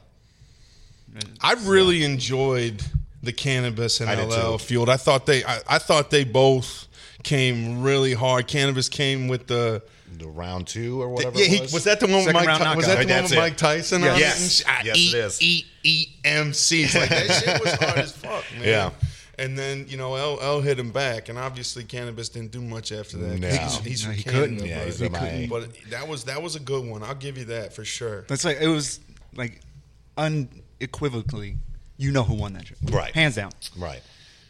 D: I really enjoyed the cannabis and
B: I did
D: LL
B: too.
D: field. I thought they, I, I thought they both came really hard. Cannabis came with the.
B: The round two or whatever.
D: yeah,
B: it
D: he,
B: was.
D: was that the one with
E: Second
D: Mike?
E: round
D: Ty- was
E: knockout.
D: that the one
B: That's
D: with
B: it.
D: Mike Tyson? on
B: Yes.
D: it? And sh-
B: Yes, it is.
D: E E M C. It's like that shit was hard as fuck, man.
B: Yeah.
D: And then you know LL hit him back, and obviously cannabis didn't do much after that.
B: No.
D: He's, he's
E: No,
D: from
E: he
D: Canada,
E: couldn't.
B: Yeah,
D: but-
B: he's from He couldn't.
D: But that was that was a good one. I'll give you that for sure.
E: That's like it was like unequivocally, you know who won that shit.
B: Right.
E: Hands down.
B: right?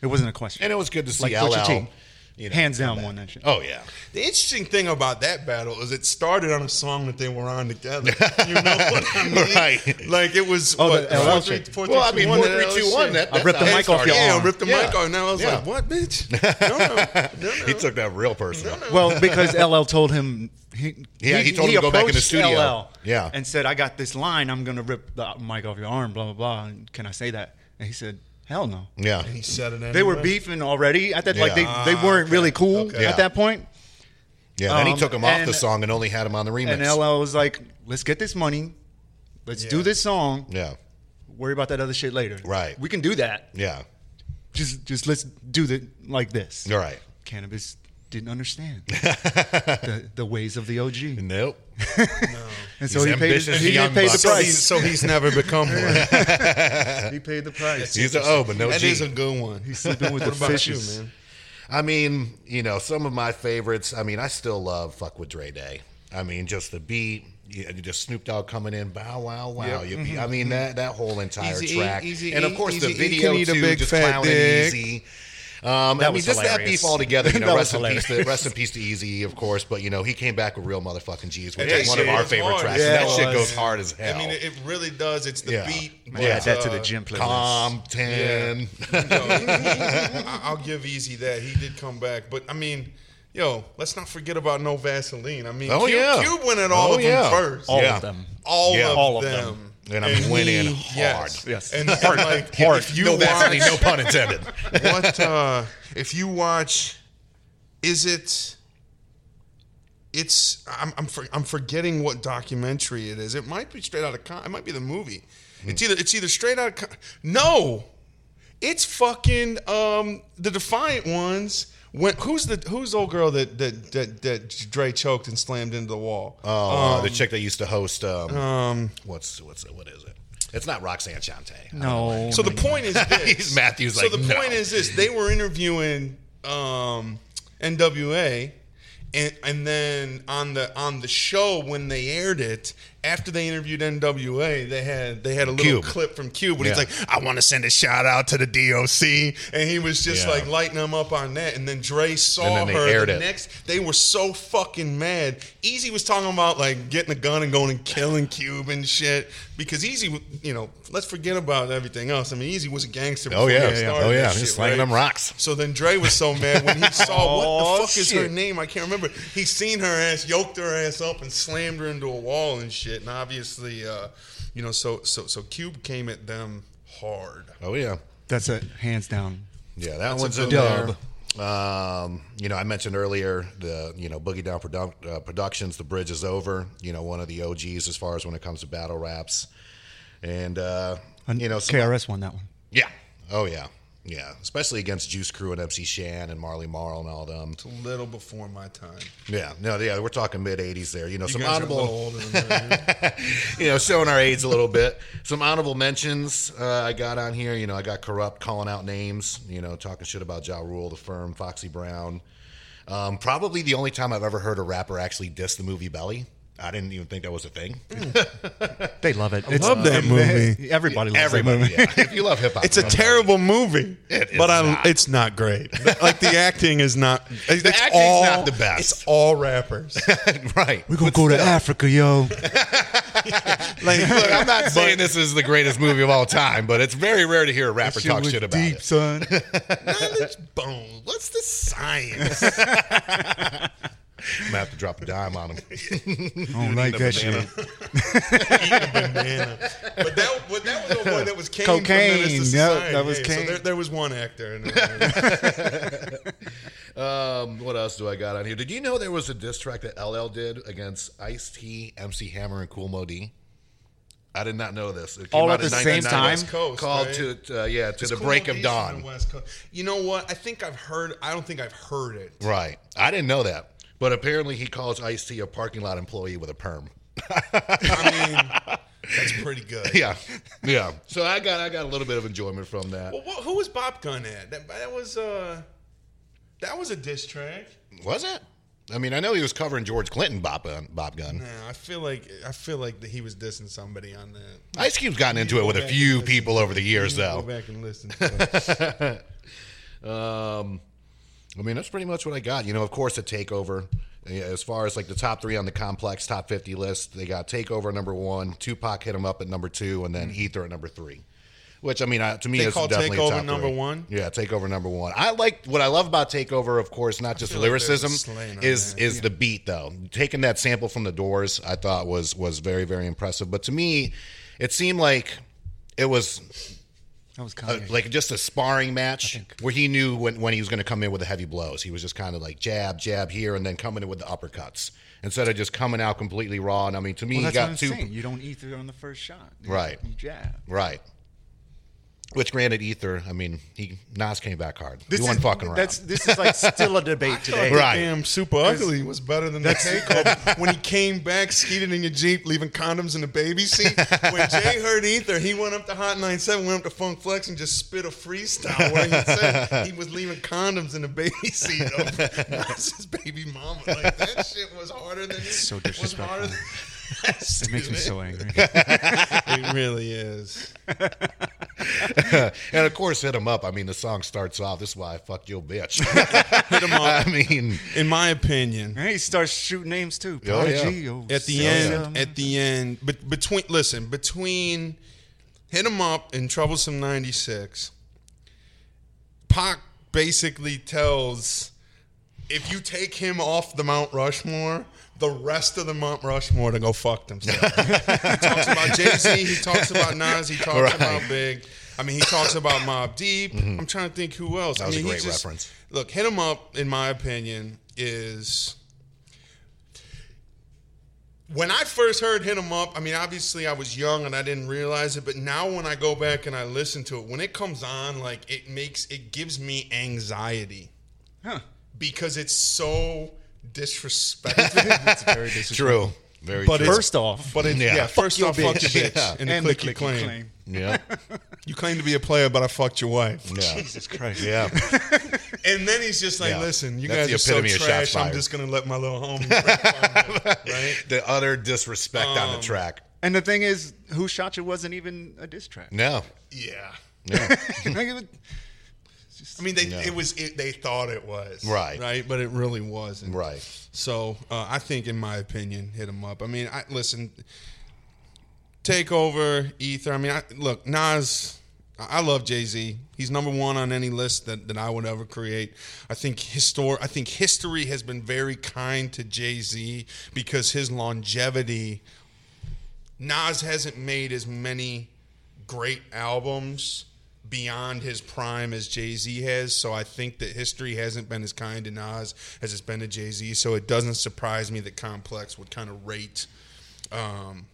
E: It wasn't a question.
B: And it was good to see
E: Like Pusha
B: LL.
E: T.
B: You know,
E: Hands down
B: come
E: won
B: back.
E: that shit.
B: Oh yeah,
D: The interesting thing about that battle is it started on a song that they were on together. You know what I mean?
B: Right.
D: Like it was.
E: Oh,
D: what,
E: the LL
D: four,
E: shit.
D: three- four,
B: Well,
D: three,
B: I mean,
D: two, one,
B: one,
D: that
B: three,
D: LL
B: two,
D: shit.
B: one. That,
E: I
B: that's
E: ripped the
B: how it
E: mic off
B: started.
E: your
D: Yeah,
E: arm.
D: I ripped the
B: Yeah.
D: mic off. Now I was
B: Yeah.
D: like, what, bitch? No, no, no, no.
B: He took that real personal.
E: Well, because LL told him, he,
B: Yeah, he told him to go back in the
E: approached
B: studio.
E: LL
B: Yeah.
E: and said, "I got this line. I'm gonna rip the mic off your arm." Blah blah blah. And can I say that? And he said, "Hell no."
B: Yeah,
D: He said it. Anyway.
E: They were beefing already at that. Like they,
B: Yeah.
E: they weren't really cool
D: Okay.
B: Yeah.
E: at that point.
B: yeah. Then he
E: Um,
B: took him off the
E: and-
B: song and only had him on the remix.
E: And LL was like, "Let's get this money. Let's do
D: Yeah.
E: this song.
B: yeah,
E: Worry about that other shit later.
B: Right.
E: We can do that.
B: yeah.
E: Just just let's do it like this."
B: All right.
E: Cannabis didn't understand the, the ways of the OG,
B: Nope.
E: and so
B: He's
E: he paid,
B: ambitious
E: he
B: young
E: paid the
B: buck.
D: So
E: price.
D: he's, so he's never become one.
E: He paid the price.
B: He's an O, but no
D: That
B: G.
D: is a good one.
E: He's sleeping with
D: What
E: the
D: about
E: fishes.
D: you, man?
B: I mean, you know, some of my favorites. I mean, I still love "Fuck with Dre Day." I mean, just the beat, you you just Snoop Dogg coming in, bow wow wow. You be I mean that that whole entire
D: Mm-hmm. Easy E,
B: track,
D: Easy
B: and of
D: E,
B: course the
D: Easy E
B: video
D: can eat a
B: too,
D: big
B: just
D: fat
B: clowning
D: dick.
B: Easy. Um, I
E: That
B: mean,
E: was
B: just that
E: hilarious.
B: beef all together. You know,
E: That
B: rest
E: was
B: in peace to
E: hilarious.
B: rest in peace to Easy, E, of course. But you know, he came back with real motherfucking G's, which
D: That
B: is one of
D: shit
B: our
D: is
B: favorite
D: hard.
B: tracks.
E: Yeah,
B: and that
E: it
B: shit
D: was.
B: goes hard as hell.
D: I mean, it, it really does. It's the
B: Yeah.
D: beat.
B: Yeah.
E: Add that to
D: but,
E: the
D: uh,
E: gym playlist.
B: Calm ten.
D: Yo, he- he- I- I'll give Easy that he did come back, but I mean, yo, let's not forget about No Vaseline. I mean,
B: Oh,
D: Cube,
B: yeah.
D: Cube went at all
B: Oh,
D: of
B: yeah.
D: them first,
E: All
B: Yeah.
E: of them.
D: all,
B: Yeah.
D: of,
B: All
E: of them.
D: them,
B: And I went in hard.
E: Yes.
D: and, and, like if you
B: no
D: watch,
B: Vaseline, no pun intended.
D: what uh, if you watch? Is it? It's I'm I'm, for, I'm forgetting what documentary it is. It might be straight out of con. It might be the movie. It's either it's either straight out of con- no, it's fucking um the Defiant Ones. When, who's the who's the old girl that that that that Dre choked and slammed into the wall?
B: Oh, the chick that used to host. Um, what's what's what is it? It's not Roxanne Shante.
E: No.
D: So the point is this.
B: Matthew's
D: so
B: like,
D: the
B: "No."
D: point is this. They were interviewing um, NWA, and and then on the on the show when they aired it, after they interviewed NWA, they had they had a little
B: Cube.
D: clip from Cube when he's
B: Yeah.
D: like, "I want to send a shout out to the DOC," and he was just
B: Yeah.
D: like lighting them up on that. And then Dre saw
B: And then they
D: her
B: aired
D: the
B: it.
D: next. They were so fucking mad. Easy was talking about like getting a gun and going and killing Cube and shit because Easy, w- you know, let's forget about everything else. I mean, Easy was a gangster.
B: Oh,
D: before
B: yeah,
D: he
B: yeah,
D: started
B: oh, yeah.
D: this
B: He's
D: shit,
B: slanging them rocks.
D: So then Dre was so mad when he saw what
E: Oh,
D: the fuck is her
E: shit.
D: name? I can't remember. He seen her ass, yoked her ass up, and slammed her into a wall and shit. And obviously, uh, you know, so so so Cube came at them hard.
B: Oh yeah.
E: That's it, hands down.
B: Yeah, that one's a dub.
D: good
B: Um, you know, I mentioned earlier the you know Boogie Down Produ- uh, Productions, The Bridge is Over. You know, one of the OGs as far as when it comes to battle raps, and uh,
E: And
B: you know, some-
E: KRS won that one.
B: yeah, oh yeah, yeah, especially against Juice Crew and MC Shan and Marley Marl and all them.
D: It's a little before my time.
B: Yeah, no, yeah, we're talking mid '80s there. You know,
D: You
B: some
D: guys are a little
B: honorable
D: older than that.
B: you know, showing our age a little bit. Some honorable mentions uh, I got on here. You know, I got corrupt, calling out names. You know, talking shit about Ja Rule, the firm, Foxy Brown. Um, probably the only time I've ever heard a rapper actually diss the movie Belly. I didn't even think that was a thing.
E: They love it. I
D: love that movie.
E: Everybody loves that
B: Everybody,
E: movie.
B: yeah. if you love hip hop,
D: It's a
B: you love
D: terrible movie,
B: is
D: but I,
B: not.
D: it's not great. Like the acting is not. The
B: acting's not the best.
D: It's all rappers.
B: Belly. right.
E: We're gonna go to Africa, yo.
D: Like,
B: Look, I'm not saying this is the greatest movie of all time, but it's very rare to hear a rapper talk shit about
E: deep,
B: it.
E: son.
D: knowledge bone. What's the science?
B: I'm gonna have to drop a dime on him.
E: I don't like that shit.
D: banana. But that, but that was the one that was Kane.
E: Cocaine,
D: From Menace to
E: yep,
D: Society.
E: that was
D: Yeah, So
E: Kane.
D: there, there was one actor. In there.
B: Um, what else do I got on here? Did you know there was a diss track that LL did against Ice T, MC Hammer, and Cool Mo D? I did not know this. It came
E: All
B: out
E: at
B: in
E: the same
B: 1990
E: time?
B: West Coast, called
D: right?
B: to uh, yeah to the
D: Cool
B: break of
D: Beats on
B: dawn.
D: the West Coast. You know what? I think I've heard. I don't think I've heard it.
B: Right, I didn't know that, but apparently he calls Ice T a parking lot employee with a perm.
D: I mean, that's pretty good.
B: Yeah, yeah. So I got I got a little bit of enjoyment from that.
D: Well, what, who was Bob Gun at? That, that was uh, that was a diss track.
B: Was it? I mean, I know he was covering George Clinton, Bob Gun. Bob Gun.
D: Nah, I feel like I feel like that he was dissing somebody on that.
B: Ice Cube's gotten into
D: You
B: it with
D: go
B: a
D: back and
B: few
D: listen
B: people
D: to
B: over the
D: it.
B: years,
D: You can
B: though.
D: Go back and listen. To it.
B: Um, I mean, that's pretty much what I got. You know, of course, the Takeover. Yeah, As far as like the top three on the complex top 50 list, they got Takeover number one, Tupac hit him up at number two, and then Ether at number three. Which I mean, I, to me,
D: They
B: is
D: call
B: definitely a
D: Takeover
B: top
D: number
B: three.
D: one?
B: Yeah, Takeover number one. I like what I love about Takeover, of course, not just
D: feel like there's a
B: lyricism
D: slant on
B: is
D: that.
B: is the beat though. Taking that sample from the Doors, I thought was was very very impressive. But to me, it seemed like it was
E: That was
B: uh,
E: Kanye.
B: like just a sparring match where he knew when, when he was going to come in with the heavy blows. He was just kind of like jab, jab here, and then coming in with the uppercuts instead of just coming out completely raw. And I mean, to me,
E: well,
B: he
E: that's what I'm
B: got two
E: saying. You don't eat through on the first shot. You-
B: Right.
E: You jab.
B: right. Which granted, Ether, I mean, he Nas came back hard.
E: This
B: he
E: is
B: wasn't fucking around.
E: That's this is like still a debate today.
B: Right.
D: Damn, super ugly was better than the takeover. when he came back, skeeted in your jeep, leaving condoms in the baby seat. When Jay heard Ether, he went up to Hot 97, went up to Funk Flex, and just spit a freestyle where he said he was leaving condoms in the baby seat of Nas's baby mama. Like that shit was harder than
E: So
D: Was harder than,
E: It makes me so angry.
D: it really is.
B: and of course, hit him up. I mean, the song starts off. This is why I fucked your bitch.
D: Hit him
B: I
D: up.
B: mean,
D: In my opinion,
E: And he starts shooting names too.
B: Oh, yeah.
E: Prodigy, oh,
D: at the
E: so-
D: end at the end but between listen between hit 'em up and troublesome 96 Pac basically tells if you take him off the Mount Rushmore the rest of the Mount Rushmore to go fuck themselves he talks about Jay-Z he talks about Nas he talks
B: Right. Mm-hmm.
D: about Big I mean, he talks about Mob Deep. I'm trying to think who else.
B: That was
D: I
B: a
D: mean, he
B: great
D: just-
B: reference.
D: Look, hit 'em up. In my opinion, is when I first heard Hit 'em Up, I mean, obviously I was young and I didn't realize it, but now when I go back and I listen to it, when it comes on, like it makes it gives me anxiety. Because it's so disrespectful.
B: true. Very
D: But
B: true.
D: it's-
E: First off,
D: but it's, yeah.
B: Yeah.
D: first
B: Fuck
D: off,
B: your
D: fuck your
B: bitch.
D: bitch.
B: Yeah.
D: And,
E: and
D: the
E: the
D: clicky
E: clicky
D: claim.
E: claim.
B: yeah.
D: You claim to be a player, but I fucked your wife.
B: Yeah.
E: Jesus Christ.
B: Yeah.
D: And then he's just like,
B: Yeah.
D: listen, you
B: That's the
D: guys are so
B: epitome of shots
D: trash. I'm
B: fired."
D: just going to let my little homie. rip on you," right?
B: the utter disrespect
E: Um,
B: on the track.
E: And the thing is, who shot you wasn't even a diss track.
B: No.
D: Yeah.
B: No.
E: Like, it was-
D: I mean, they it was it, they thought it was
B: Right.
D: right, but it really wasn't
B: right.
D: So uh, I think, in my opinion, hit him up. I mean, I listen. Takeover, Ether. I mean, I, look, Nas. I I love Jay Z. He's number one on any list that, that I would ever create. I think histor- I think history has been very kind to Jay Z because his longevity. Nas hasn't made as many great albums beyond his prime as Jay Z has. So I think that history hasn't been as kind to Nas as it's been to Jay Z. So it doesn't surprise me that Complex would kind of rate. Um,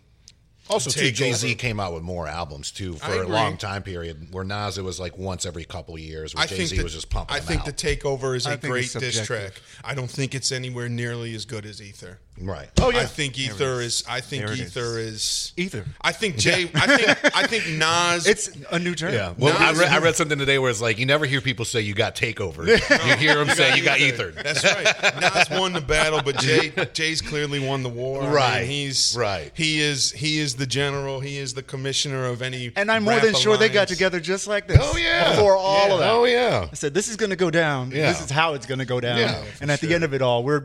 B: Also, too,
D: Takeover.
B: Jay Z came out with more albums too
D: I
B: for a
D: agree.
B: long time period. Where Nas it was like once every couple of years. Where
D: I
B: Jay
D: think
B: Z
D: that-
B: was just pumping.
D: I
B: them
D: think
B: out.
D: the takeover is
E: I
D: a
E: think
D: great
E: it's
D: diss track.
E: subjective.
D: I don't think it's anywhere nearly as good as Ether.
B: right. Oh,
D: I think Ether is. I think
E: There it
D: Ether is.
E: Ether.
D: I think Jay. I think. I think Nas.
E: It's a new term.
B: Yeah. Well, I,
D: Nas-
B: read, I read something today where it's like you never hear people say you got takeover. you hear them say you got ethered.
D: That's right. Nas won the battle, but Jay Jay's clearly won the war. I mean,
B: Right.
D: he's
B: Right.
D: He is he is the general. He is the commissioner of any.
E: And I'm more
D: rap
E: than sure they got
D: alliance.
E: together just like this.
D: Oh,
E: Before all of that.
B: Oh yeah.
E: I said, this is going to go down.
B: Yeah.
E: This is how it's going to go down.
B: Yeah,
E: and at the end of it all, we're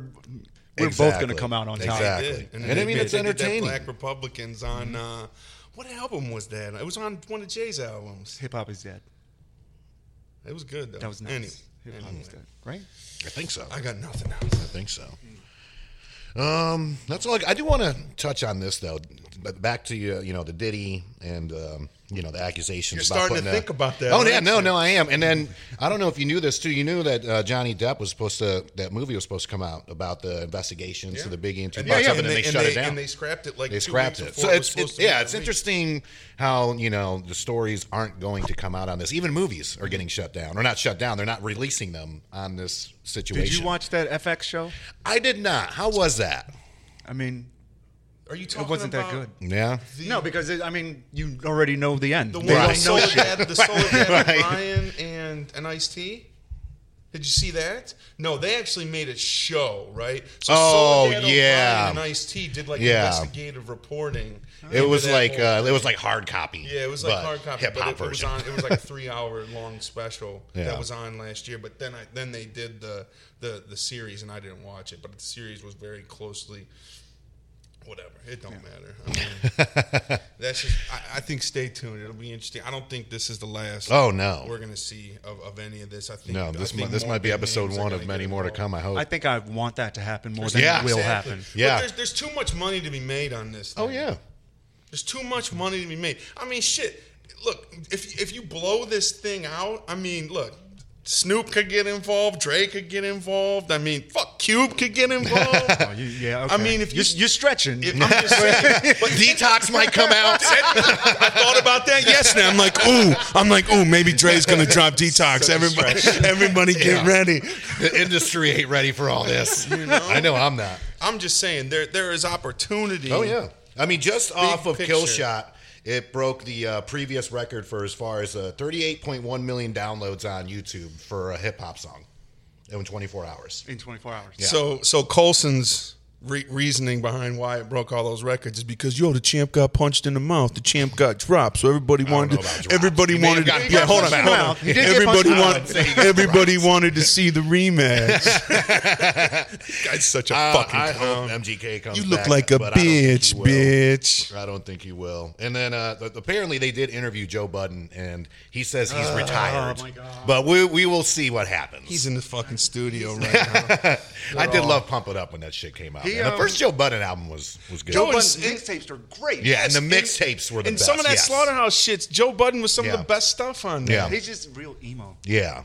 E: we're both going to come out on top.
B: Exactly.
D: Did.
B: And,
D: they
B: I mean,
D: did-
B: it's
D: they did that
B: entertaining.
D: Black Republicans on
E: Mm-hmm.
D: uh, what album was that? It was on one of Jay's albums.
E: Hip hop is dead.
D: It was good though.
E: That was nice.
D: Anyway,
E: Hip hop is dead. Right?
B: I think so.
D: I got nothing else.
B: I think so. Um, that's all. I, I do want to touch on this though. But back to you, you know, the Diddy and um, you know the accusations.
D: You're
B: about
D: starting to
B: putting a-
D: think about that,
B: Oh yeah,
D: aren't
B: no,
D: you?
B: no, I am. And then I don't know if you knew this too. You knew that uh, Johnny Depp was supposed to that movie was supposed to come out about the investigations to the Biggie and Tupac
D: yeah,
B: stuff, and, then they, shut it down.
D: And they scrapped it like
B: they
D: two
B: scrapped
D: weeks
B: it.
D: before
B: So it's,
D: was supposed
B: it's
D: to be
B: yeah, it's
D: released.
B: interesting how you know the stories aren't going to come out on this. Even movies are getting shut down, or not shut down. They're not releasing them on this situation.
E: Did you watch that FX show?
B: I did not. How was that?
E: I mean,
D: Are you talking
E: it wasn't that
D: about
E: good.
B: Yeah.
E: no, because, it, I mean, you already know the end.
D: The
E: They
B: Right.
D: one right.
E: don't know
D: the soul
E: shit.
D: dad, the soul dad
B: Right.
D: Ryan and and Ice T. Did you see that? No, they actually made a show, right? So
B: Oh,
D: Soledad
B: yeah.
D: O'Brien and Ice T did like
B: Yeah.
D: investigative reporting.
B: It
D: into
B: was
D: that
B: like
D: whole-
B: uh, it was like hard copy.
D: yeah, it was like
B: but
D: hard copy,
B: hip
D: but
B: hop
D: it, it was
B: version.
D: on. It was like a three-hour long special
B: Yeah.
D: that was on last year. But then I then they did the the the series, and I didn't watch it. But the series was very closely. Whatever, it don't matter. I mean, that's just. I, I think stay tuned. It'll be interesting. I don't think this is the last.
B: Oh, no.
D: we're gonna see of, of any of this. I think
B: no,
D: I
B: this
D: think
B: might, this
D: more
B: might be
D: big
B: episode
D: names are
B: one
D: gonna
B: of many
D: get
B: more to
D: involved.
B: come. I hope.
E: I think I want that to happen more than
B: Yeah,
E: it will
B: exactly.
E: happen.
B: Yeah.
D: But there's, there's too much money to be made on this.
B: oh
D: thing.
B: yeah.
D: There's too much money to be made. I mean, shit. Look, if if you blow this thing out, I mean, look, Snoop could get involved, Dre could get involved. I mean, fuck, Cube could get involved.
E: Oh, you- yeah,
D: I mean, if you-
E: you're, you're stretching,
D: If- I'm just saying, but
B: Detox might come out.
D: I thought about that yesterday. I'm like, ooh, I'm like, ooh, maybe Dre's gonna drop Detox. Everybody, everybody, get ready.
B: the industry ain't ready for all this. I know I'm not.
D: I'm just saying, there there is opportunity.
B: Oh yeah. I mean, just off of
D: picture.
B: Kill Shot, it broke the uh, previous record for as far as uh, 38.1 million downloads on YouTube for a hip hop song in 24 hours.
E: in 24 hours.
D: So so Colson's re- reasoning behind why it broke all those records is because yo the champ got punched in the mouth, the champ got dropped, so everybody wanted
B: know about
D: to,
B: drops.
D: everybody
B: He may
D: wanted
B: have
D: to,
B: got
D: yeah hold on,
B: punched in the
D: hold on.
B: mouth. He did get punched
D: everybody
B: in the mouth. I'd
D: wanted
B: say he got
D: everybody wanted to see the rematch. Guy's such a
B: Uh,
D: fucking
B: I
D: clown.
B: hope MGK comes.
D: You look
B: back,
D: like a
B: but I don't think he
D: bitch,
B: will.
D: bitch.
B: I don't think he will. And then uh, th- apparently they did interview Joe Budden, and he says he's retired.
E: my God.
B: But we we will see what happens.
D: Oh, He's in the fucking studio right now.
B: I did love Pump It Up when that shit came out.
E: He,
B: man. the
E: um,
B: first Joe Budden album was was good.
D: Joe
E: But
D: Budden-
E: mixtapes are great.
B: yeah, and the mixtapes were the
D: and
B: best.
D: some of that
B: yes.
D: slaughterhouse shits. Joe Budden was some
B: Yeah.
D: of the best stuff on there.
B: Yeah.
E: He's just real emo.
B: Yeah.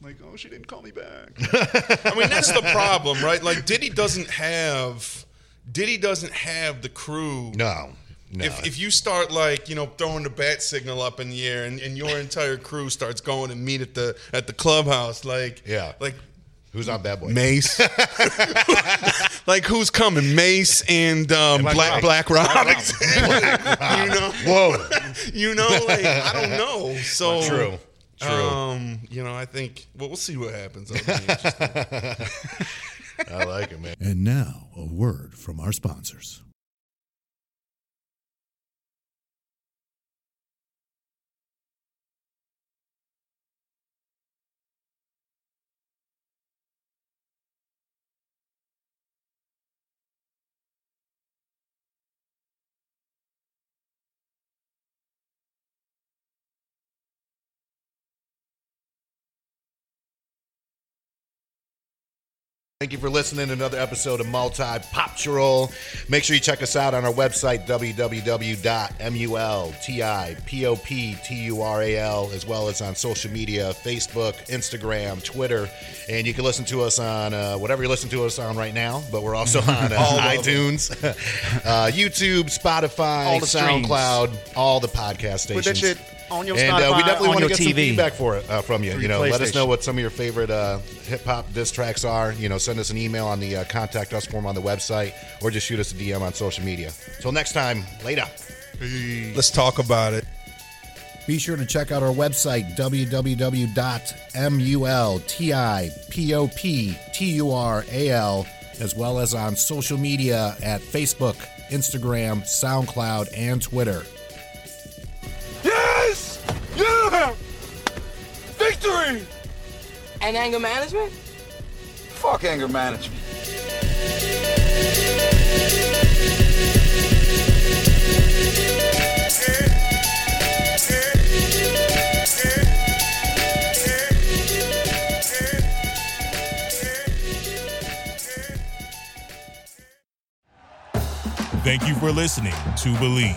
E: Like, oh, she didn't call me back.
D: I mean, that's the problem, right? Like Diddy doesn't have Diddy doesn't have the crew.
B: No. No.
D: If, if you start like you know throwing the bat signal up in the air and, and your entire crew starts going to meet at the at the clubhouse like
B: Yeah.
D: like
B: Who's on Bad Boy?
D: Mace like who's coming Mace and um, Black Black Rob, you know
B: Whoa.
D: you know, like I don't know. So
B: True. True.
D: Um, you know, I think well, we'll see what happens. That'll be interesting.
B: I like it, man.
F: And now, a word from our sponsors.
B: Thank you for listening to another episode of Multi Pop Troll. Make sure you check us out on our website, www.multipoptural, as well as on social media Facebook, Instagram, Twitter. And you can listen to us on uh, whatever you listen to us on right now, but we're also on uh, iTunes, uh, YouTube, Spotify,
E: All the streams.
B: SoundCloud, all the podcast stations.
E: Put that shit on your
B: and uh, we
E: Spotify,
B: definitely
E: on
B: want to
E: your
B: get some
E: TV.
B: feedback for it uh, from you. You
E: your
B: know, let us know
E: PlayStation.
B: what some of your favorite uh, hip hop diss tracks are. You know, send us an email on the uh, contact us form on the website, or just shoot us a DM on social media. Till next time, later.
D: Let's talk about it.
G: Be sure to check out our website, www.multipoptural, as well as on social media at Facebook, Instagram, SoundCloud, and Twitter.
H: Yes! Yeah! Victory!
I: And anger management?
C: Fuck anger management.
A: Thank you for listening to Believe.